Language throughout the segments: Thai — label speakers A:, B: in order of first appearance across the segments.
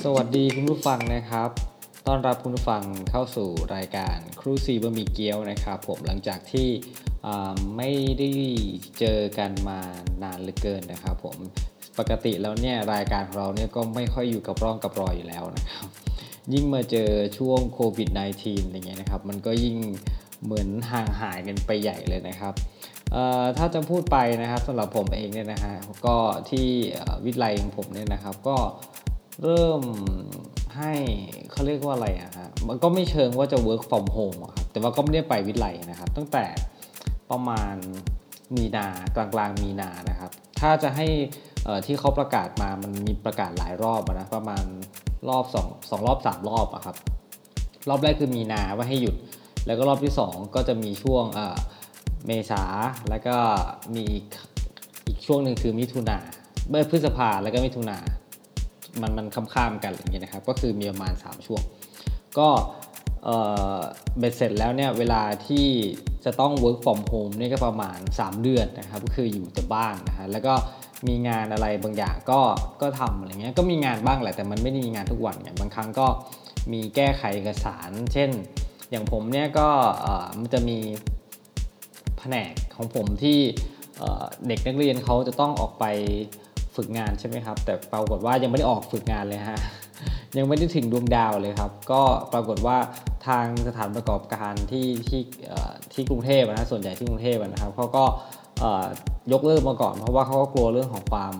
A: ฟังนะครับต้อนรับคุณผู้ฟังเข้าสู่รายการครูซีบะหมี่เกี๊ยวนะครับผมหลังจากที่อ่าไม่ได้เจอกันมานานเหลือเกินนะครับผมปกติแล้วเนี่ยรายการของเราเนี่ยก็ไม่ค่อยอยู่กับร่องกับรอยอยู่แล้วนะครับ ยิ่งมาเจอช่วงโควิด -19 อะไรเงี้ยนะครับ มันก็ยิ่งเหมือนห่างหายกันไปใหญ่เลยนะครับเอ่อถ้าจะพูดไปนะครับสำหรับผมเองเนี่ยนะฮะก็ที่เอ่อวิทยาลัยของผมเนี่ยนะครับก็เริ่มให้เขาเรียกว่าอะไรอะฮะมันก็ไม่เชิงว่าจะ work from home อะครับแต่ว่าก็ไม่ได้ไปวิทยาลัยนะครับ ตั้งแต่ประมาณมีนากลางกลางๆมีนานะครับ ถ้าจะให้เอ่อที่เขาประกาศมามันมีประกาศหลายรอบอะนะประมาณ รอบสองสองรอบสามรอบอะครับ รอบแรกคือมีนาว่าให้หยุด แล้วก็รอบที่สองก็จะมีช่วงเอ่อเมษาแล้วก็มีอีกอีกช่วงหนึ่งคือมิถุนาเมื่อพฤษภาแล้วก็มิถุนา มันมันค้ำข้ามกันอย่างเงี้ยนะครับ ก็คือมีประมาณ 3 ช่วง ก็เอ่อเบ็ดเสร็จแล้วเนี่ยเวลาที่จะต้อง work from home เนี่ยก็ประมาณ 3 เดือนนะครับ ก็คืออยู่แต่บ้านนะฮะแล้วก็มีงานอะไรบางอย่างก็ก็ทำอะไรเงี้ยก็มีงานบ้างแหละแต่มันไม่ได้มีงานทุกวันไงบางครั้งก็มีแก้ไขเอกสาร เช่น อย่างผมเนี่ยก็เอ่อมันจะมี แผนกของผมที่เอ่อเด็กนักเรียนเขาจะต้องออกไปฝึกงานใช่ไหมครับ แต่ปรากฏว่ายังไม่ได้ออกฝึกงานเลยฮะ ยังไม่ได้ถึงดวงดาวเลยครับ ก็ปรากฏว่าทางสถานประกอบการที่ที่เอ่อที่กรุงเทพนะส่วนใหญ่ที่กรุงเทพนะครับเขาก็เอ่อยกเลิกมาก่อน เพราะว่าเขาก็กลัวเรื่องของความ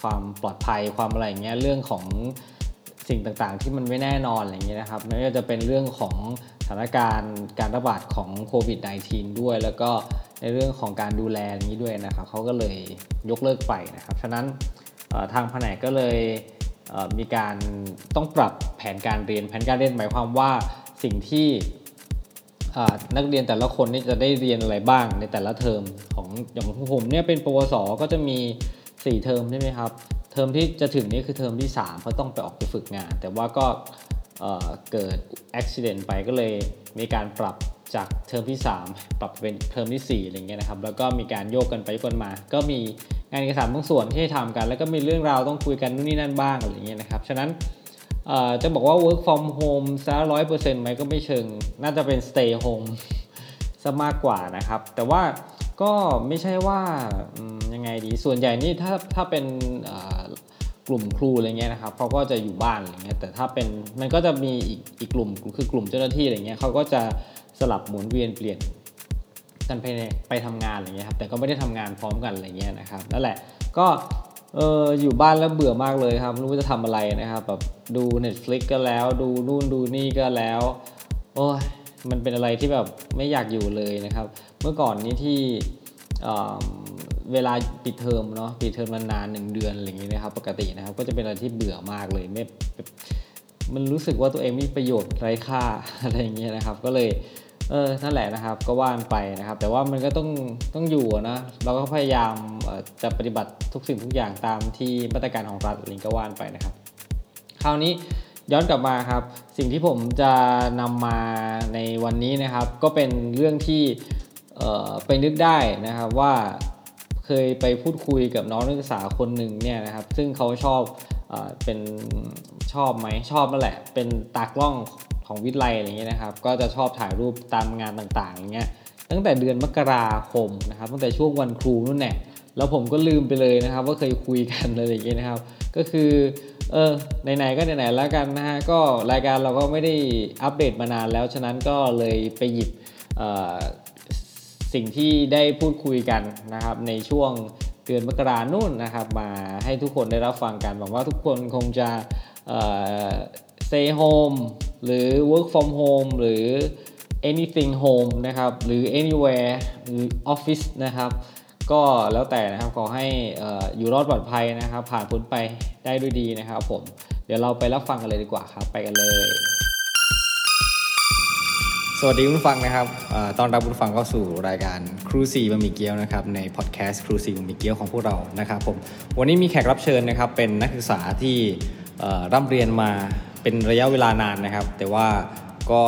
A: ความปลอดภัยความอะไรอย่างเงี้ยเรื่องของ สิ่งต่างๆที่มันไม่แน่นอนอะไรอย่างเงี้ยนะครับไม่ว่าจะเป็นเรื่องของสถานการณ์การระบาดของโควิด -19 ด้วย แล้วก็ในเรื่องของการดูแลนี้ด้วยนะครับเขาก็เลยยกเลิกไปนะครับ ฉะนั้นเอ่อทางแผนกก็เลยเอ่อมีการต้องปรับแผนการเรียน แผนการเรียนหมายความว่าสิ่งที่ อ่านักเรียนแต่ละคนนี่จะได้เรียนอะไรบ้างในแต่ละเทอมของอย่างของผมเนี่ยเป็นปวสก็จะมี 4 เทอมใช่ไหมครับ เทอมที่จะถึงนี้คือเทอมที่3เขาต้องไปออกไปฝึกงาน แต่ว่าก็เอ่อเกิดอุบิเหตุไปก็เลยมีการปรับจากเทอมที่ 3 ปรับเป็นเทอมที่4อะไรเงี้ยนะครับแล้วก็มีการโยกกันไปโยกกันมา ก็มีงานเอกสารบางส่วนที่ให้ทำกัน แล้วก็มีเรื่องราวต้องคุยกันนู่นนี่นั่นบ้างอะไรเงี้ยนะครับฉะนั้น เอ่อจะบอกว่า work from home ซะร้อยเปอร์เซ็นต์ไหมก็ไม่เชิง น่าจะเป็น stay home ซะมากกว่านะครับ แต่ว่าก็ไม่ใช่ว่าอืมยังไงดี ส่วนใหญ่นี่ถ้าถ้าเป็นเอ่อกลุ่มครูอะไรเงี้ยนะครับเขาก็จะอยู่บ้านอะไรเงี้ย แต่ถ้าเป็นมันก็จะมีอีกอีกกลุ่มคือกลุ่มเจ้าหน้าที่อะไรเงี้ยเขาก็จะสลับหมุนเวียนเปลี่ยน กันไปในไปทำงานอะไรเงี้ยครับแต่ก็ไม่ได้ทำงานพร้อมกันอะไรเงี้ยนะครับนั่นแหละก็เอออยู่บ้านแล้วเบื่อมากเลยครับไม่รู้จะทำอะไรนะครับแบบดู Netflix ก็แล้ว ดูนู่นดูนี่ก็แล้วโอ้ยมันเป็นอะไรที่แบบไม่อยากอยู่เลยนะครับ เมื่อก่อนนี้ที่เอ่อเวลาปิดเทอมเนาะปิดเทอมนานๆหนึ่งเดือนอะไรอย่างเงี้ยนะครับปกตินะครับก็จะเป็นอะไรที่เบื่อมากเลยไม่ มันรู้สึกว่าตัวเองไมมีประโยชน์ไร้ค่า อะไรอย่างเงี้ยนะครับ ก็เลยเออนั่นแหละนะครับ ก็ว่านไปนะครับ แต่ว่ามันก็ต้องต้องอยู่อะนะเราก็พยายามเอ่อจะปฏิบัติทุกสิ่งทุกอย่างตามที่มาตรการของรัฐอะไรก็ว่านไปนะครับ คราวนี้ย้อนกลับมาครับ สิ่งที่ผมจะนำมาในวันนี้นะครับ ก็เป็นเรื่องที่เอ่อไปนึกได้นะครับว่า เคยไปพูดคุยกับน้องนักศึกษาคนหนึ่งเนี่ยนะครับ ซึ่งเขาชอบเออเป็นชอบไหมชอบนั่นแหละ เป็นตากล้องของวิทย์ไลอะไรเงี้ยนะครับ ก็จะชอบถ่ายรูปตามงานต่างๆอย่างเงี้ยตั้งแต่เดือนมกราคมนะครับ ตั้งแต่ช่วงวันครูนู่นแหละแล้วผมก็ลืมไปเลยนะครับ ว่าเคยคุยกันอะไรอย่างเงี้ยนะครับ ก็คือเออไหนๆก็ไหนๆแล้วกันนะฮะก็รายการเราก็ไม่ได้อัปเดตมานานแล้วฉะนั้นก็เลยไปหยิบเอ่อ สิ่งที่ได้พูดคุยกันนะครับ ในช่วงเดือนมกรานู่นนะครับ มาให้ทุกคนได้รับฟังกันหวังว่าทุกคนคงจะเอ่อ stay home หรือ work from home หรือ anything home นะครับ หรือ anywhere หรือ office นะครับ ก็แล้วแต่นะครับขอให้เอออยู่รอดปลอดภัยนะครับ ผ่านพ้นไปได้ด้วยดีนะครับผม เดี๋ยวเราไปรับฟังกันเลยดีกว่าครับ ไปกันเลย สวัสดีคุณผู้ฟังนะครับเอ่อต้อนรับคุณผู้ฟังเข้าสู่รายการครูซีบะหมี่เกี๊ยวนะครับในพอดแคสต์ครูซีบะหมี่เกี๊ยวของพวกเรานะครับผมวันนี้มีแขกรับเชิญนะครับเป็นนักศึกษาที่เอ่อร่ำเรียนมาเป็นระยะเวลานานนะครับ แต่ว่าก็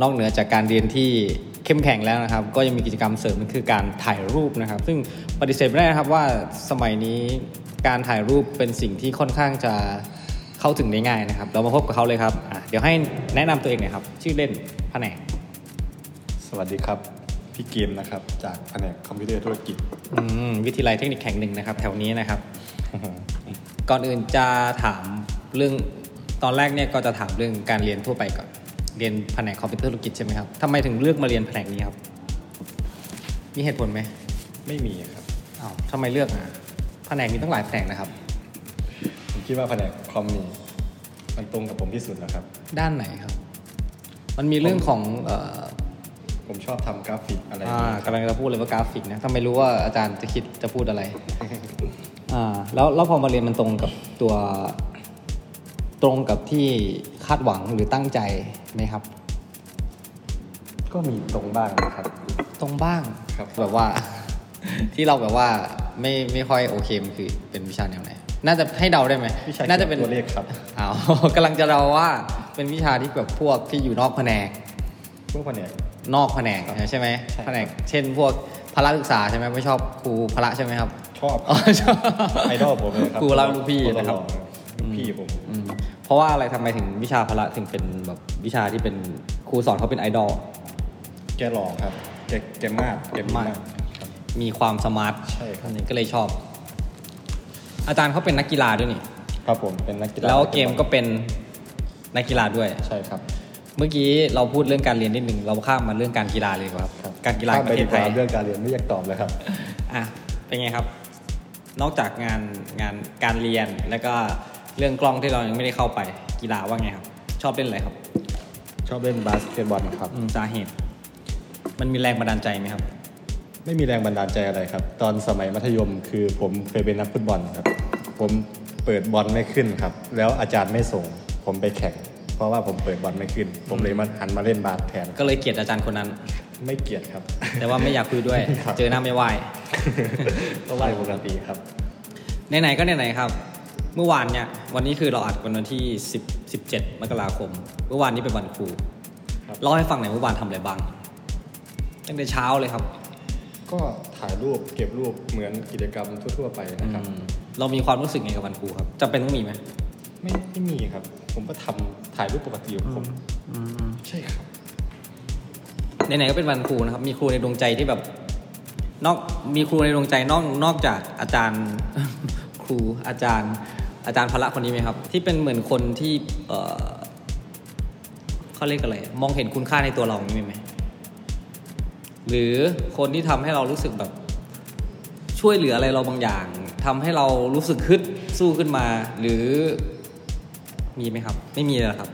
A: นอกเหนือจากการเรียนที่เข้มแข็งแล้วนะครับ ก็ยังมีกิจกรรมเสริมก็คือการถ่ายรูปนะครับ ซึ่งปฏิเสธไม่ได้นะครับว่าสมัยนี้การถ่ายรูปเป็นสิ่งที่ค่อนข้างจะ เข้าถึงได้ง่ายนะครับ เรามาพบกับเขาเลยครับอ่ะเดี๋ยวให้แนะนำตัวเองหน่อยครับ ชื่อเล่นแผนก
B: สวัสดีครับ พี่เกมนะครับ จากแผนกคอมพิวเตอร์ธุรกิจ
A: อืมวิทยาลัยเทคนิคแห่งหนึ่งนะครับ แถวนี้นะครับ ก่อนอื่นจะถามเรื่องตอนแรกเนี่ยก็จะถามเรื่องการเรียนทั่วไปก่อนเรียนแผนกคอมพิวเตอร์ธุรกิจใช่ไหมครับทำไมถึงเลือกมาเรียนแผนกนี้ครับ มีเหตุผลไหม
B: ไม่มีครับ
A: อ้าวทำไมเลือกอ่ะแผนกมีตั้งหลายแผนกนะครับ
B: ผมคิดว่าแผนกคอมมีมันตรงกับผมที่สุดนะครับ
A: ด้านไหนครับ มันมีเรื่องของเอ่อ
B: ผมชอบทำกราฟิกอะไรอย่าง
A: อ่า
B: เงี้ยครับ
A: กำลังจะพูดเลยว่ากราฟิกนะถ้าไม่รู้ว่าอาจารย์จะคิดจะพูดอะไร อ่า แล้วแล้วพอมาเรียนมันตรงกับตัว ตรงกับที่คาดหวังหรือตั้งใจไหมครับ
B: ก็มีตรงบ้างนะครับ
A: ตรงบ้าง
B: ครับ
A: แบบว่า ที่เราแบบว่าไม่ไม่ค่อยโอเคมันคือเป็นวิชาแนวไหน น่าจะให้เดาได้ไหม
B: วิชา
A: น่าจะ
B: เกี่ยว
A: เป็
B: กัน บตัวเลขครับ
A: อ้าว กำลังจะเราว่าเป็นวิชาที่แบบพวกที่อยู่นอกแผนก
B: พวกแผนก
A: นอกแผนกใช่ไหม
B: ใช่ครับ
A: แผนกเช่นพวกพละศึกษาใช่ไหมไม่ชอบครูพละใช่ไหมครับ
B: ชอบ
A: อ๋อ ชอบ
B: ไอดอลผมเลยครับ
A: ครูเราลูกพี่
B: ตัวหล่อ
A: นะครับ
B: พี่ผม
A: อืมเพราะว่าอะไรทำไมถึงวิชาพละถึงเป็นแบบวิชาที่เป็นครูสอนเขาเป็นไอดอล
B: แกหล่อครับ แกแกมากแกมีมากครับ
A: มีความสมาร์ท
B: ใช่ครับ
A: อันนี้ก็เลยชอบ อาจารย์เขาเป็นนักกีฬาด้วยนี่
B: ครับผมเป็นนักกีฬา
A: แล้วเกมก็เป็นนักกีฬาด้วย
B: ใช่ครับ
A: เมื่อกี้เราพูดเรื่องการเรียนนิดหนึ่งเราข้ามมาเรื่องการกีฬาเลยดีกว่าครับ
B: ครับ
A: การกีฬา
B: ข้ม
A: ประเทศไท
B: ไป
A: ย
B: ดีกว่าเรื่องการเรียนไม่อยากตอบเลยครับ
A: อ่ะ เป็นไงครับ นอกจากงานงานการเรียนแล้วก็เรื่องกล้องที่เรายังไม่ได้เข้าไป กีฬาว่าไงครับ ชอบเล่นอะไรครับ
B: ชอบเล่นบาสเกตบอลครับ
A: อืมสาเหตุ มันมีแรงบันดาลใจไหมครับ
B: ไม่มีแรงบันดาลใจอะไรครับ ตอนสมัยมัธยมคือผมเคยเป็นนักฟุตบอลครับ ผมเปิดบอลไม่ขึ้นครับ แล้วอาจารย์ไม่ส่ง ผมไปแข่ง เพราะว่าผมเปิดบอลไม่ขึ้น ผมเลยมาหันมาเล่นบาสแทน
A: ก็เลยเกลียดอาจารย์คนนั้น
B: ไม่เกลียด ครับ
A: แต่ว่าไม่อยากคุยด้วย
B: ครับ
A: เจอหน้าไม่ไหว
B: ก็ว่ายปกติครับ
A: ไหนๆก็ไหนๆครับ เมื่อวานเนี่ย วันนี้คือเราอัดวันที่10 17มกราคม เมื่อวานนี้เป็นวันครู
B: ครับ
A: เล่าให้ฟังหน่อยเมื่อวานทำอะไรบ้างตั้งแต่เช้าเลยครับ
B: ก็ถ่ายรูปเก็บรูปเหมือนกิจกรรมทั่ว ๆ ไปนะครับ
A: อืมเรามีความรู้สึกไงกับวันครูครับจำเป็นต้องมีไหม
B: ไม่ไม่มีครับ ผมก็ทำถ่ายรูปปกติของผมใช่ครับ
A: ไหนๆก็เป็นวันครูนะครับ มีครูในดวงใจที่แบบ นอกมีครูในดวงใจนอกนอกจากอาจารย์ ครูอาจารย์ อาจารย์พละคนนี้ไหมครับ ที่เป็นเหมือนคนที่ เอ่อเขาเรียกอะไรมองเห็นคุณค่าในตัวเราอย่างนี้มีไหมหรือคนที่ทำให้เรารู้สึกแบบ ช่วยเหลืออะไรเราบางอย่างทำให้เรารู้สึกฮึดสู้ขึ้นมา หรือมีไหมครับ ไม่มีเลยเหรอครับ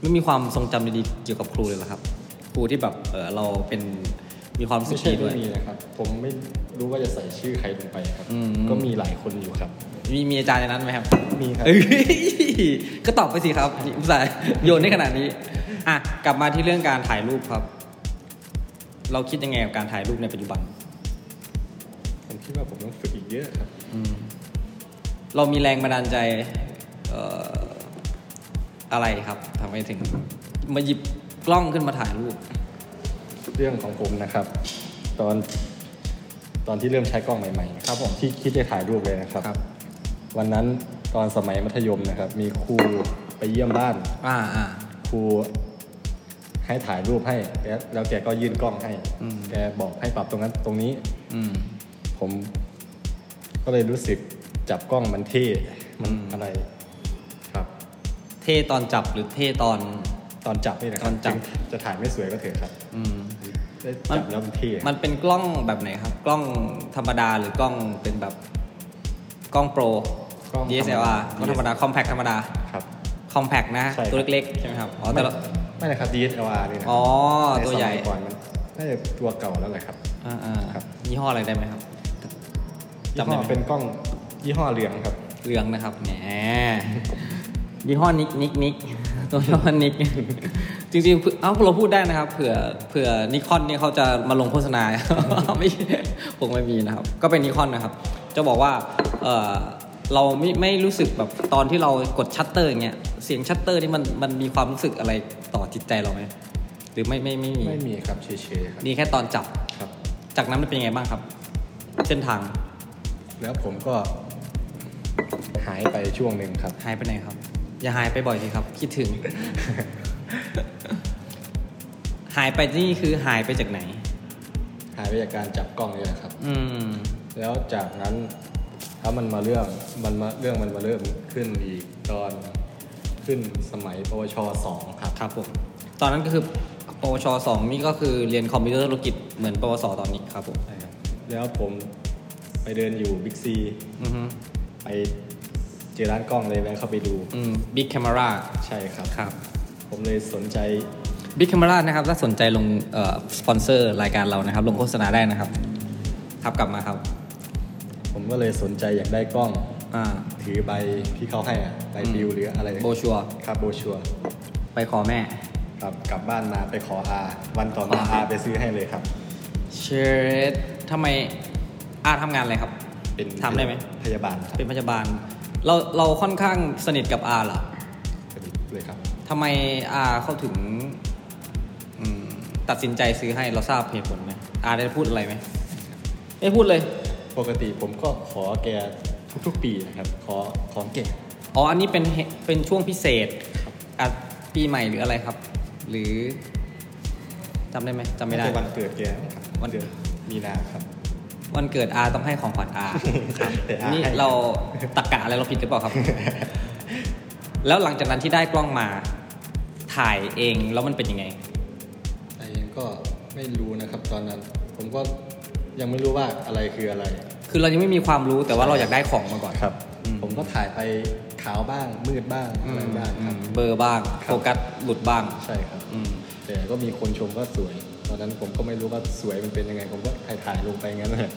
A: ไม่มีความทรงจำดีๆเกี่ยวกับครูเลยเหรอครับ ครูที่แบบเออเราเป็นมีความรู้สึก
B: ไม่ใช่
A: ดีด้ว
B: ไม่
A: ย
B: มีนะครับ ผมไม่รู้ว่าจะใส่ชื่อใครลงไปครับ
A: อืม
B: ก็มีหลายคนอยู่ครับ
A: มีมีอาจารย์ในนั้นไหมครับ
B: มีครับ
A: เอ้ยก็ตอบไปสิครับอุตส่าห์โยนได้ขนาดนี้ อ่ะ กลับมาที่เรื่องการถ่ายรูปครับ เราคิดยังไงกับการถ่ายรูปในปัจจุบัน
B: ผมคิดว่าผมต้องฝึกอีกเยอะครับ
A: เรามีแรงบันดาลใจเอ่ออะไรครับทำไมถึง มาหยิบกล้องขึ้นมาถ่ายรูป
B: เรื่องของผมนะครับ ตอนตอนที่เริ่มใช้กล้องใหม่ๆครับผมที่คิดจะถ่ายรูปเลยนะครับ
A: ครับ
B: วันนั้นตอนสมัยมัธยมนะครับ มีครูไปเยี่ยมบ้าน
A: อ่าอ่า
B: ครูให้ถ่ายรูปให้แล้วแล้วแกก็ยื่นกล้องให้
A: อืม
B: แกบอกให้ปรับตรงนั้นตรงนี้
A: อืม
B: ผมก็เลยรู้สึกจับกล้องมันเท่มันอะไรครับ
A: เทตอนจับหรือเทตอน
B: ตอนจับนี่นะครั
A: ตอนจับ
B: ถึงจะถ่ายไม่สวยก็เถอะครับ
A: อืม
B: ได้จับแล้วมันเท่
A: มันเป็นกล้องแบบไหนครับ กล้องธรรมดาหรือกล้องเป็นแบบกล้องโปร
B: กล้อง
A: DSLR กล้องธรรมดาคอมแพคธรรมดา
B: ครับ
A: คอมแพคนะ
B: ใช่ครับ
A: ตัวเล็กๆใช่ไหมครับอ๋อแต่ละ
B: ไม่นะครับ DSLR นี่นะ
A: อ๋อ
B: ใน
A: ตัว
B: สมัย
A: ใหญ่
B: ก่อนมันน่าจะตัวเก่าแล้วแหละครับ
A: อ่าอ่า
B: ครับ
A: ยี่ห้ออะไรได้ไหมครับ จำ
B: ยี่
A: ได้
B: ห้อ
A: ไหม
B: เป็นกล้องยี่ห้อเหลืองครับ
A: เหลืองนะครับแหมยี่ห้อนิกนิก นิกตัวยี่ห้อนิกจริงๆเผื่อเอ้าเราพูดได้นะครับ เผื่อเผื่อนิคอนเนี่ยเขาจะมาลงโฆษณา ไม่ผมไม่มีนะครับ ก็เป็นนิคอนนะครับ จะบอกว่าเออเราไม่ไม่รู้สึกแบบตอนที่เรากดชัตเตอร์อย่างเงี้ยเสียงชัตเตอร์นี่มันมันมีความรู้สึกอะไรต่อจิตใจเราไหมหรือไม่ไม่ไม่มี
B: ไม่มีครับเฉยๆครับ
A: นี่แค่ตอนจับ
B: ครับ
A: จากนั้นมันเป็นยังไงบ้างครับ เส้นทาง
B: แล้วผมก็ หายไปช่วงหนึ่งครับ
A: หายไปไหนครับ อย่าหายไปบ่อยสิครับ คิดถึง หายไปนี่คือหายไปจากไหน
B: หายไปจากการจับกล้องนี่แหละครับ
A: อืม
B: แล้วจากนั้นถ้ามันมาเรื่องมันมาเรื่องมันมาเริ่มขึ้นอีกตอนขึ้นสมัยปวชสองครับ
A: ครับผม ตอนนั้นก็คือปวชสองนี่ก็คือเรียนคอมพิวเตอร์ธุรกิจเหมือนปวสตอนนี้ครับผม
B: แล้วผมไปเดินอยู่บิ๊กซี
A: อือฮึ
B: ไปเจอร้านกล้องเลยแวะเข้าไปดู
A: อืมบิ๊กแคมรา
B: ใช่ครับ
A: ครับ
B: ผมเลยสนใจ
A: บิ๊กแคมรานะครับ ถ้าสนใจลงเอ่อสปอนเซอร์รายการเรานะครับ ลงโฆษณาได้นะครับ ครับกลับมาครับ
B: ผมก็เลยสนใจอยากได้กล้อง
A: อ่า
B: ถือใบที่เขาให้อะใบดิวหรืออะไร
A: โบชัวร์
B: ครับโบชัวร์
A: ไปขอแม่
B: ครับกลับบ้านมาไปขออาวันต่อมา
A: ขอ
B: อาไปซื้อให้เลยครับ
A: เชดทำไมอาทำงานอะไรครับ
B: เป็น
A: ทำได้ไหม
B: พยาบาลครับ
A: เป็นพยาบาล เราเราค่อนข้างสนิทกับอาเหรอ
B: เลยครับ
A: ทำไมอาเขาถึงอืมตัดสินใจซื้อให้เราทราบเหตุผลไหมอาได้พูดอะไรไหมไม่พูดเลย
B: ปกติผมก็ขอแกทุกๆปีนะครับ ขอของเก่ง
A: อ๋อ อันนี้เป็นเหเป็นช่วงพิเศษอ่ะปีใหม่หรืออะไรครับ หรือจำได้ไหมจำไม่ได้
B: น่าจะวันเกิดแกครับ
A: วัน
B: เดือนมีนาครับ
A: วันเกิดอาต้องให้ของขวัญอา
B: แต่อา
A: นี่
B: ให้
A: เราตักกะอะไรเราผิดหรือเปล่าครับ แล้วหลังจากนั้นที่ได้กล้องมาถ่ายเองแล้วมันเป็นยังไง
B: ไอ้ก็ไม่รู้นะครับตอนนั้น ผมก็ยังไม่รู้ว่าอะไรคืออะไร
A: คือเรายังไม่มีความรู้แต่ว่าเราอยากได้ของมาก่อน
B: ครับ
A: อืม
B: ผมก็ถ่ายไปขาวบ้างมืดบ้างอะไรบ้างครับ
A: เบอร์บ้าง
B: ครับ
A: โฟกัสหลุดบ้าง
B: ใช่ครับ
A: อืม
B: แต่ก็มีคนชมว่าสวย ตอนนั้นผมก็ไม่รู้ว่าสวยมันเป็นยังไง ผมก็ถ่ายถ่ายๆลงไปงั้น แหละ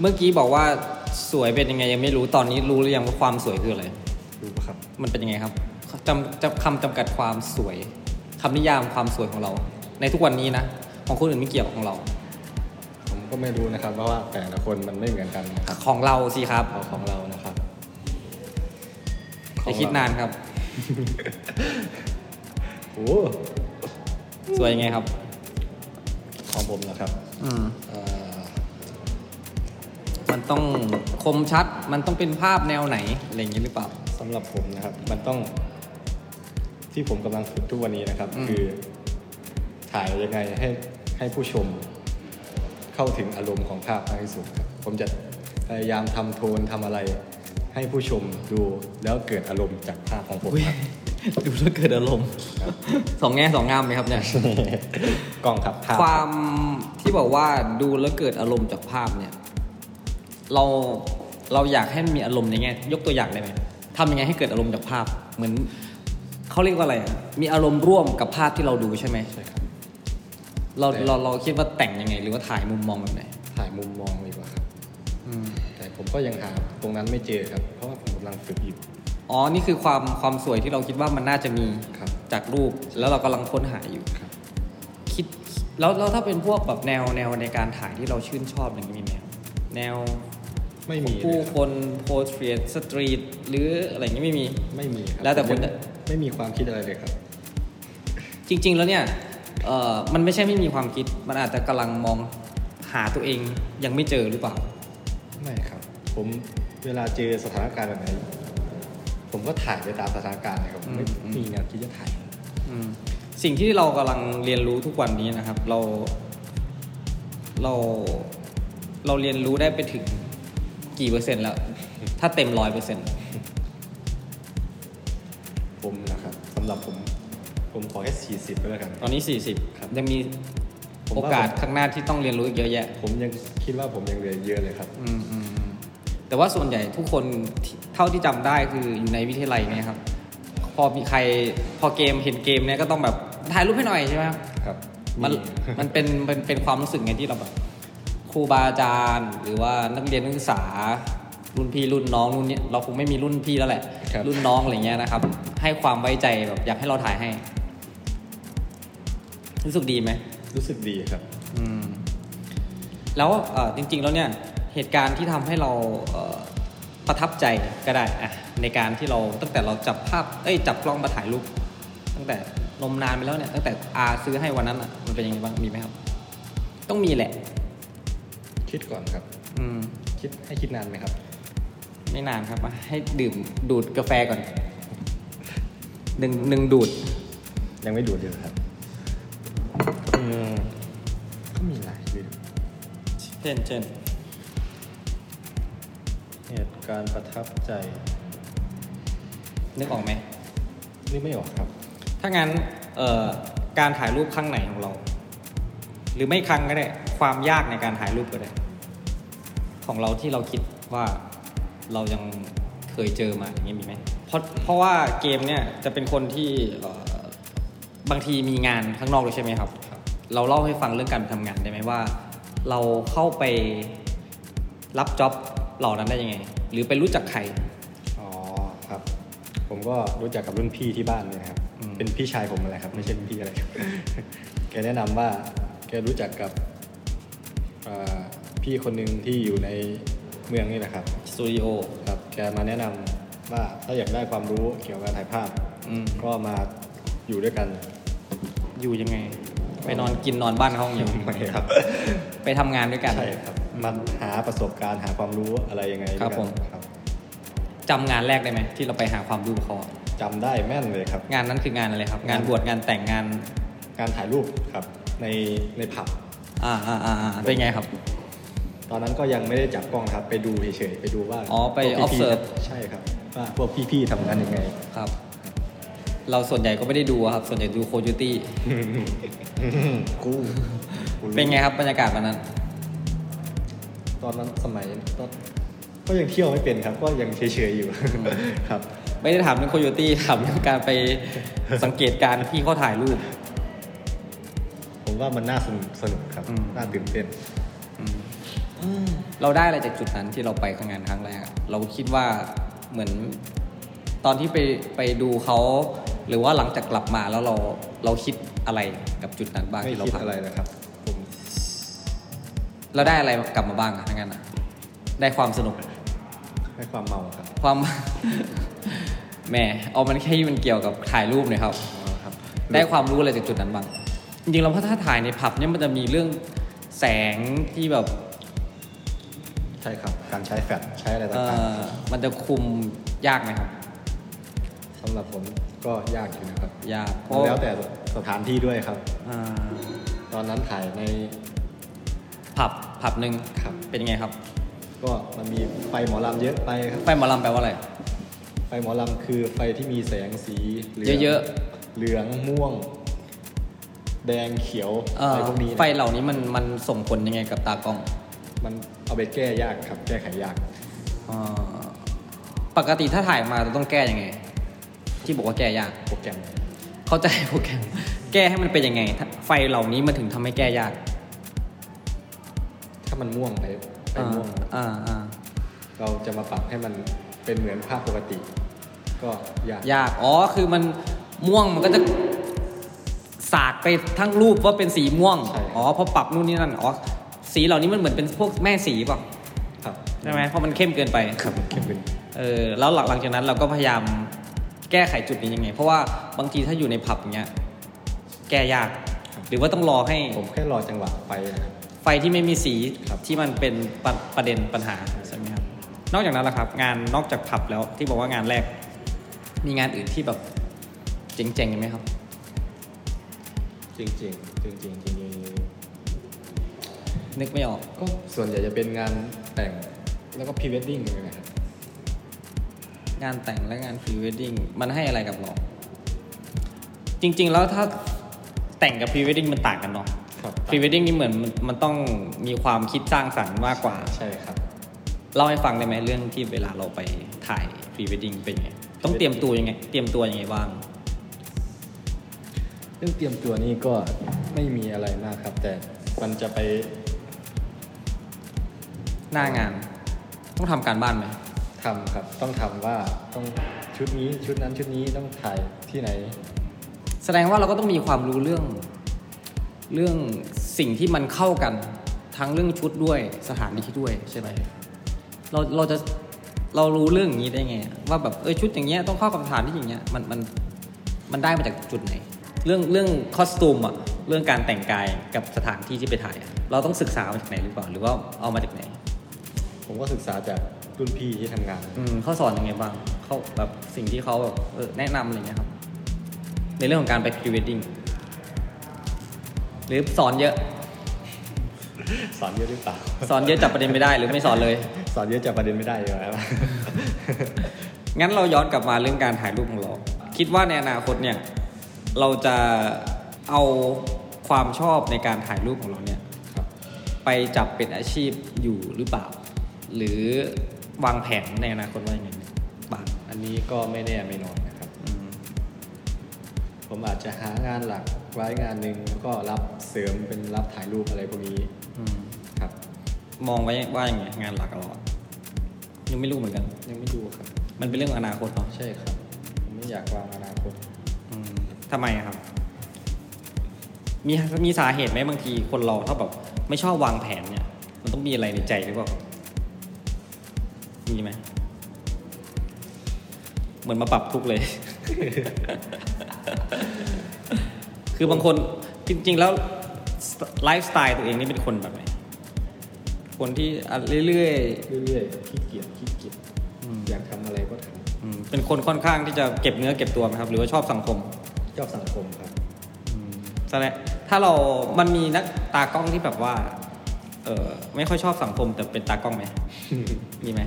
A: เมื่อกี้บอกว่าสวยเป็นยังไงยังไม่รู้ตอนนี้รู้หรือยังว่าความสวยคืออะไร
B: ดูปะครับ
A: มันเป็นยังไงครับจำจำคำจำกัดความสวยคำนิยามความสวยของเรา ในทุกวันนี้นะ ของคนอื่นไม่เกี่ยวของเรา
B: ผมก็ไม่รู้นะครับเพราะว่าแต่ละคนมันไม่เหมือนกันนะครับ
A: ของเราสิครับ
B: เอาของเรานะครับ
A: อย่าคิดนานครับ
B: โอ้โห
A: สวยยังไงครับ
B: ของผมนะครับ
A: อืม
B: อ่า
A: มันต้องคมชัด มันต้องเป็นภาพแนวไหนอะไรอย่างนี้หรือเปล่า
B: สำหรับผมนะครับ มันต้อง ที่ผมกำลังฝึกทุกวันนี้นะครับ
A: อืม
B: คือ ถ่ายยังไงให้ให้ผู้ชม เข้าถึงอารมณ์ของภาพมากที่สุดครับผมจะพยายามทำโทนทำอะไร ให้ผู้ชมดูแล้วเกิดอารมณ์จากภาพของผมครับ
A: ดูแล้วเกิดอารมณ์
B: ครับ
A: สองแง่สองงามไหมครับเนี่ย
B: กล้องครับภาพ
A: ความที่บอกว่าดูแล้วเกิดอารมณ์จากภาพเนี่ย เราเราอยากให้มันมีอารมณ์ในแง่ยกตัวอย่างได้ไหมทำยังไงให้เกิดอารมณ์จากภาพ เหมือนเขาเรียกว่าอะไรอะมีอารมณ์ร่วมกับภาพที่เราดูใช่ไหม
B: ใช่ครับ
A: เรา
B: ใช่
A: เราเราคิดว่าแต่งยังไง หรือว่าถ่ายมุมมองแบบไหน
B: ถ่ายมุมมองดีกว่าครับ
A: อืม
B: แต่ผมก็ยังหาตรงนั้นไม่เจอครับ เพราะว่าผมกำลังฝึกอยู่
A: อ๋อนี่คือความความสวยที่เราคิดว่ามันน่าจะมี
B: ครับ
A: จากรูป แล้วเรากำลังค้นหาอยู่
B: ครับ
A: คิดแล้วแล้วถ้าเป็นพวกแบบแนวแนวในการถ่ายที่เราชื่นชอบอะไรอย่างนี้มีไหมครับแนว
B: ไม่มี
A: ผู้
B: เล
A: ค
B: ยครับ
A: นโพสเทียสตรีทหรืออะไรอย่างนี้ไม่มี
B: ไม่มีครับ
A: แล้วแต่คน
B: ผมยังไม่มีความคิดอะไรเลยครับ
A: จริง ๆ แล้วเนี่ยเอ่อมันไม่ใช่ไม่มีความคิด มันอาจจะกำลังมองหาตัวเองยังไม่เจอหรือเปล่า
B: ไม่ครับ ผมเวลาเจอสถานการณ์แบบไหน ผมก็ถ่ายไปตามสถานการณ์เลยครับผมไม่
A: อืม
B: มีแนวคิดจะถ่าย
A: อืมสิ่งที่เรากำลังเรียนรู้ทุกวันนี้นะครับ เรา เราเราเรียนรู้ได้ไปถึงกี่เปอร์เซ็นต์แล้ว ถ้าเต็มร้อยเปอร์เซ็นต์
B: ผมนะครับสำหรับผม ผมขอแค่ 40ก็แล้วกัน
A: ตอนนี้สี่สิบ
B: ครับ
A: ยังมี
B: ผม
A: โอ
B: ว่า
A: กาสข้างหน้าที่ต้องเรียนรู้อีกเยอะแยะ
B: ผมยังคิดว่าผมยังเหลือเยอะเลยครับ
A: อืมอืมอืมแต่ว่าส่วนใหญ่ทุกคนที่เท่าที่จำได้คืออยู่ในวิทยาลัยเนี่ยครับ พอมีใครพอเกมเห็นเกมเนี่ยก็ต้องแบบถ่ายรูปให้หน่อยใช่ไหมครับ
B: ครับ
A: มันมันเป็นเป็นเป็นความรู้สึกไงที่เราแบบครูบาอาจารย์ หรือว่านักเรียนนักศึกษา รุ่นพี่รุ่นน้องรุ่นเนี้ยเราคงไม่มีรุ่นพี่แล้วแหละ
B: ครับ
A: รุ่นน้องอะไรเงี้ยนะครับ ให้ความไว้ใจแบบอยากให้เราถ่ายให้ รู้สึกดีไหม
B: รู้สึกดีครับ
A: อืมแล้วเอ่อจริงๆแล้วเนี่ยเหตุการณ์ที่ทำให้เราเอ่อประทับใจก็ได้อะในการที่เราตั้งแต่เราจับภาพเอ้ยจับกล้องมาถ่ายรูปตั้งแต่นมนานไปแล้วเนี่ยตั้งแต่อาซื้อให้วันนั้นอ่ะมันเป็นยังไงบ้างมีไหมครับ ต้องมีแหละ
B: คิดก่อนครับ
A: อืม
B: คิดให้คิดนานไหมครับ
A: ใน ไม่นานครับอ่ะให้ดื่มดูดกาแฟก่อนหนึ่งหนึ่งดูด
B: ยังไม่ดูดเลยครับอืมก็มีหลายเรื่อง
A: เช่นเช่น
B: เหตุการณ์ประทับใจ
A: นึกออกไหม
B: นี่ไม่ออกครับ
A: ถ้างั้นเอ่อการถ่ายรูปครั้งไหนของเรา หรือไม่ครั้งก็ได้ ความยากในการถ่ายรูปก็ได้ ของเราที่เราคิดว่าเรายังเคยเจอมาอย่างนี้ยมีไหมเพราะเพราะว่าเกมเนี่ยจะเป็นคนที่เอ่อบางทีมีงานข้างนอกด้วยใช่ไหมครับ เราเล่าให้ฟังเรื่องการไปทำงานได้ไหมว่า เราเข้าไปรับจ็อบเหล่านั้นได้ยังไง หรือไปรู้จักใคร
B: อ๋อครับ ผมก็รู้จักกับรุ่นพี่ที่บ้านเนี่ยนะครับ
A: อืม
B: เป็นพี่ชายผมอะไรครับ ไม่ใช่รุ่นพี่อะไร ครับ แกแนะนำว่าแกรู้จักกับเอ่อพี่คนหนึ่งที่อยู่ในเมืองนี่แหละครับ
A: สตูดิโอ
B: ครับแกมาแนะนำว่าถ้าอยากได้ความรู้เกี่ยวกับถ่ายภาพ
A: อืม
B: ก็มาอยู่ด้วยกัน
A: อยู่ยังไง ไปนอนกินนอนบ้านเขาอย่างเดียว
B: ใหม่ครับ
A: ไปทำงานด้วยกัน
B: ใช่ครับมันหาประสบการณ์หาความรู้อะไรยังไง
A: ครับ
B: ด้วยกัน
A: ผม
B: ครับ
A: จำงานแรกได้ไหมที่เราไปหาความรู้กับเขาอะ
B: จำได้แม่นเลยครับ
A: งานนั้นคืองานอะไรครับ งานบวชงานแต่งงาน
B: งานถ่ายรูปครับในในผับ
A: อ่าอ่าอ่าอ่าเป็นไงครับ
B: ตอนนั้นก็ยังไม่ได้จับกล้องนะครับ ไปดูเฉยๆไปดูว่า
A: อ๋อไป
B: พวกพี่ๆ
A: observe
B: ใช่ครับว่าพวกพี่ๆทำงาน ยังไง
A: ครับ เราส่วนใหญ่ก็ไม่ได้ดูอะครับ ส่วนใหญ่ดูโคจูตี้
B: กูกูรู้
A: เป็นไงครับบรรยากาศวันนั้น
B: ตอนนั้นสมัยตอนก็ยังเที่ยวไม่เป็นครับ ก็ยังเฉยๆอยู่ ครับ
A: ไม่ได้ถามเรื่องโคโยตี้ถามเรื่องการไปสังเกตการณ์ที่เขาถ่ายรูป
B: ผมว่ามันน่าสนุกสนุกครับ
A: อืม
B: น่าตื่นเต้น
A: เราได้อะไรจากจุดนั้นที่เราไปทำงานครั้งแรกอะเราคิดว่าเหมือนตอนที่ไปไปดูเขาหรือว่าหลังจากกลับมาแล้วเราเราคิดอะไรกับจุดนั้นบ้าง
B: ไม่
A: ที่เรา
B: คิด
A: ผ่าน
B: อะไรนะครับ ผม
A: เราได้อะไรกลับมาบ้างอะทั้งนั้นอะได้ความสนุก
B: ให้ความเมาครับ
A: ความ แหมเอามันแค่มันเกี่ยวกับถ่ายรูปหน่อยครับ
B: อ๋อครับ
A: ได้ความรู้อะไรจากจุดนั้นบ้าง จริงๆเราพอถ้าถ่ายในผับเนี่ยมันจะมีเรื่องแสงที่แบบ
B: ใช่ครับ การใช้แฟลชใช้อะไร
A: เอ่
B: ต่าง
A: อมันจะคุมยากไหมครับ
B: ๆสำหรับผมก็ยากอยู่นะครับ
A: ยากเพราะ
B: แล้วแต่สถานที่ด้วยครับ
A: อ่า
B: ตอนนั้นถ่ายใน
A: ผับผับหนึ่ง
B: ครับ
A: เป็นยังไงครับ
B: ก็มันมีไฟหมอลำเยอะไปครับ
A: ไปหมอลำแปลว่าอะไร
B: ไฟหมอลำคือไฟที่มีแสงสีหลืง
A: เยอะ
B: เหลืองม่วง แดงเขียว
A: เอ่อ
B: อะไรพวกนี้นะ
A: ไฟเหล่านี้มันมันส่งผลยังไงกับตากล้อง
B: มันเอาไปแก้ยากครับ แก้ไขยาก
A: อ่าปกติถ้าถ่ายมาจะต้องแก้ยังไง ที่บอกว่าแก้ยาก
B: โปรแกรม
A: เข้าใจโปรแกรมแก้ให้มันเป็นยังไงถ้าไฟเหล่านี้มันถึงทำให้แก้ยาก
B: ถ้ามันม่วงไปไปม่วง
A: อ่าอ่า
B: เราจะมาปรับให้มันเป็นเหมือนภาพปกติ ก็ยาก
A: ยากอ๋อคือมันม่วงมันก็จะสาดไปทั้งรูปว่าเป็นสีม่วงอ๋อพอปรับนู่นนี่นั่นอ๋อสีเหล่านี้มันเหมือนเป็นพวกแม่สีเปล่ะ
B: ครับ
A: ใช่ไหมเพราะมันเข้มเกินไป
B: ครับเข้มขึ้น
A: เออแล้วหลังหลังจากนั้นเราก็พยายามแก้ไขจุดนี้ยังไง เพราะว่าบางทีถ้าอยู่ในผับอย่างเงี้ยแก้ยาก หรือว่าต้องรอให้
B: ผมแค่รอจังหวะไฟนะครับ
A: ไฟที่ไม่มีสี
B: ครับ
A: ที่มันเป็นปะประเด็นปัญหาใช่ไหมครับนอกจากนั้นล่ะครับ งานนอกจากผับแล้วที่บอกว่างานแรก มีงานอื่นที่แบบเจ๋งๆไหมครับ
B: จริงๆจริงๆจริงๆจริงๆ
A: นึกไม่ออก
B: ก็ส่วนใหญ่จะเป็นงานแต่งแล้วก็พรีเวดดิ้งเลยนะครับ
A: งานแต่งและงานพรีเวดดิ้งมันให้อะไรกับเราจริง ๆ แล้วถ้าแต่งกับพรีเวดดิ้งมันต่างกันเนาะ
B: ครับ
A: พรีเวดดิ้งนี่เหมือนมันมันต้องมีความคิดสร้างสรรค์มากกว่า
B: ใช่ครับ
A: เล่าให้ฟังได้ไหมเรื่องที่เวลาเราไปถ่ายพรีเวดดิ้งเป็นไงต้องเตรียมตัวยังไง เตรียมตัวยังไงบ้าง
B: เรื่องเตรียมตัวนี่ก็ไม่มีอะไรมากครับ แต่มันจะไป
A: หน้างาน ต้องทำการบ้านไหม
B: ทำครับ ต้องทำว่าต้องชุดนี้ชุดนั้นชุดนี้ต้องถ่ายที่ไหน
A: แสดงว่าเราก็ต้องมีความรู้เรื่อง เรื่องสิ่งที่มันเข้ากัน ทั้งเรื่องชุดด้วยสถานที่ด้วยใช่ไหมเราเราจะเรารู้เรื่องอย่างนี้ได้ไง ว่าแบบเออชุดอย่างเงี้ยต้องเข้ากับสถานที่อย่างเงี้ยมันมันมันได้มาจากจุดไหน เรื่องเรื่องคอสตูมอะเรื่องการแต่งกายกับสถานที่ที่ไปถ่ายอะเราต้องศึกษามาจากไหนหรือเปล่าหรือว่าเอามาจากไหน
B: ผมก็ศึกษาจากรุ่นพี่ที่ทำงาน
A: อืมเขาสอนยังไงบ้างเขาแบบสิ่งที่เขาแบบเออแนะนำอะไรเงี้ยครับ ในเรื่องของการไปพรีเวดดิ้งหรือสอนเยอะ
B: สอนเยอะหรือเปล่า
A: สอนเยอะจับประเด็นไม่ได้หรือไม่สอนเลย
B: สอนเยอะจับประเด็นไม่ได้เลยนะ
A: งั้นเราย้อนกลับมาเรื่องการถ่ายรูปของเรา คิดว่าในอนาคตเนี่ย เราจะเอาความชอบในการถ่ายรูปของเราเนี่ย
B: ครับ
A: ไปจับเป็นอาชีพอยู่หรือเปล่า หรือวางแผนในอนาคตว่ายังไงบ้าง
B: อันนี้ก็ไม่แน่ไม่นอนนะครับ
A: อืม
B: ผมอาจจะหางานหลักไว้งานหนึ่งแล้วก็รับเสริมเป็นรับถ่ายรูปอะไรพวกนี้
A: อืม
B: ครับ
A: มองไว้ว่ายังไงงานหลักเราอะยังไม่รู้เหมือนกัน
B: ยังไม่ดูครับ
A: มันเป็นเรื่องอนาคตเนาะ
B: ใช่ครับผมไม่อยากวางอนาคต
A: อืมทำไมอะครับ มีมีสาเหตุไหมบางทีคนเราถ้าแบบไม่ชอบวางแผนเนี่ย มันต้องมีอะไรในใจหรือเปล่า มีไหม เหมือนมาปรับทุกข์เลย คือบางคนจริง ๆ แล้วไลฟ์สไตล์ตัวเองนี่เป็นคนแบบไหน คนที่อ่ะเรื่อยๆ
B: เรื่อยๆขี้เกียจขี้เกียจ
A: อืม
B: อยากทำอะไรก็ท
A: อืมเป็นคนค่อนข้างที่จะเก็บเนื้อเก็บตัวไหมครับ หรือว่าชอบสังคม
B: ำชอบสังคมครับ
A: แสดงถ้าเรา มันมีนักตากล้องที่แบบว่า เออไม่ค่อยชอบสังคมแต่เป็นตากล้องไหม มีไหม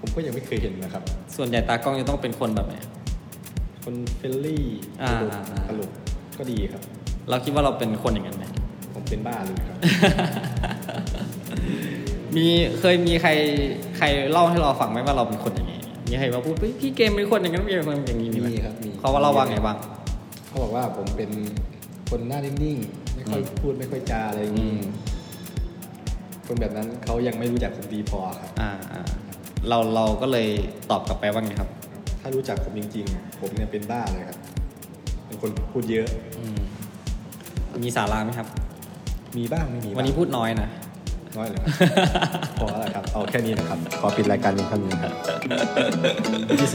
B: ผมก็ยังไม่เคยเห็นนะครับ
A: ส่วนใหญ่ตากล้องจะต้องเป็นคนแบบไหน
B: คนเฟลลี่
A: อ่า
B: ตลก
A: อ่าอ่า
B: ตลกก็ดีครับ
A: เราคิดว่าเราเป็นคนอย่างนั้นไหม
B: ผมเป็นบ้าเลยครับ
A: มีเคยมีใครใครเล่าให้เราฟังไหมว่าเราเป็นคนอย่างไงมีใครมาพูดเฮ้ยพี่เกมเป็นคนอย่างนั้นพี่เกมเป็นคนอย่างนี้มีไหม
B: มีครับมี
A: เขาว่าเราว่าไงบ้าง
B: เขาบอกว่าผมเป็นคนหน้านิ่งๆไม่ค่อย
A: อืม
B: พูดไม่ค่อยจาอะไรอย่าง
A: อื
B: นี้
A: ม
B: คนแบบนั้นเขายังไม่รู้จักผมดีพอครับ
A: อ่าอ่าเราเราก็เลยตอบกลับไปว่าไงครับ
B: ถ้ารู้จักผมจริงๆ ผมเนี่ยเป็นบ้าเลยครับ เป็นคนพูดเยอะ
A: อืมมีสาระไหมครับ
B: มีบ้างไม่มีบ้าง
A: วันนี้พูดน้อยนะ
B: น้อยเลยครับ พอแล้วครับ เอาแค่นี้นะครับ ขอปิดรายการนี้ครับนี้ครั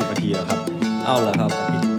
B: บ 20นาทีแล้วครับ
A: เอาเหรอครับ
B: ปิด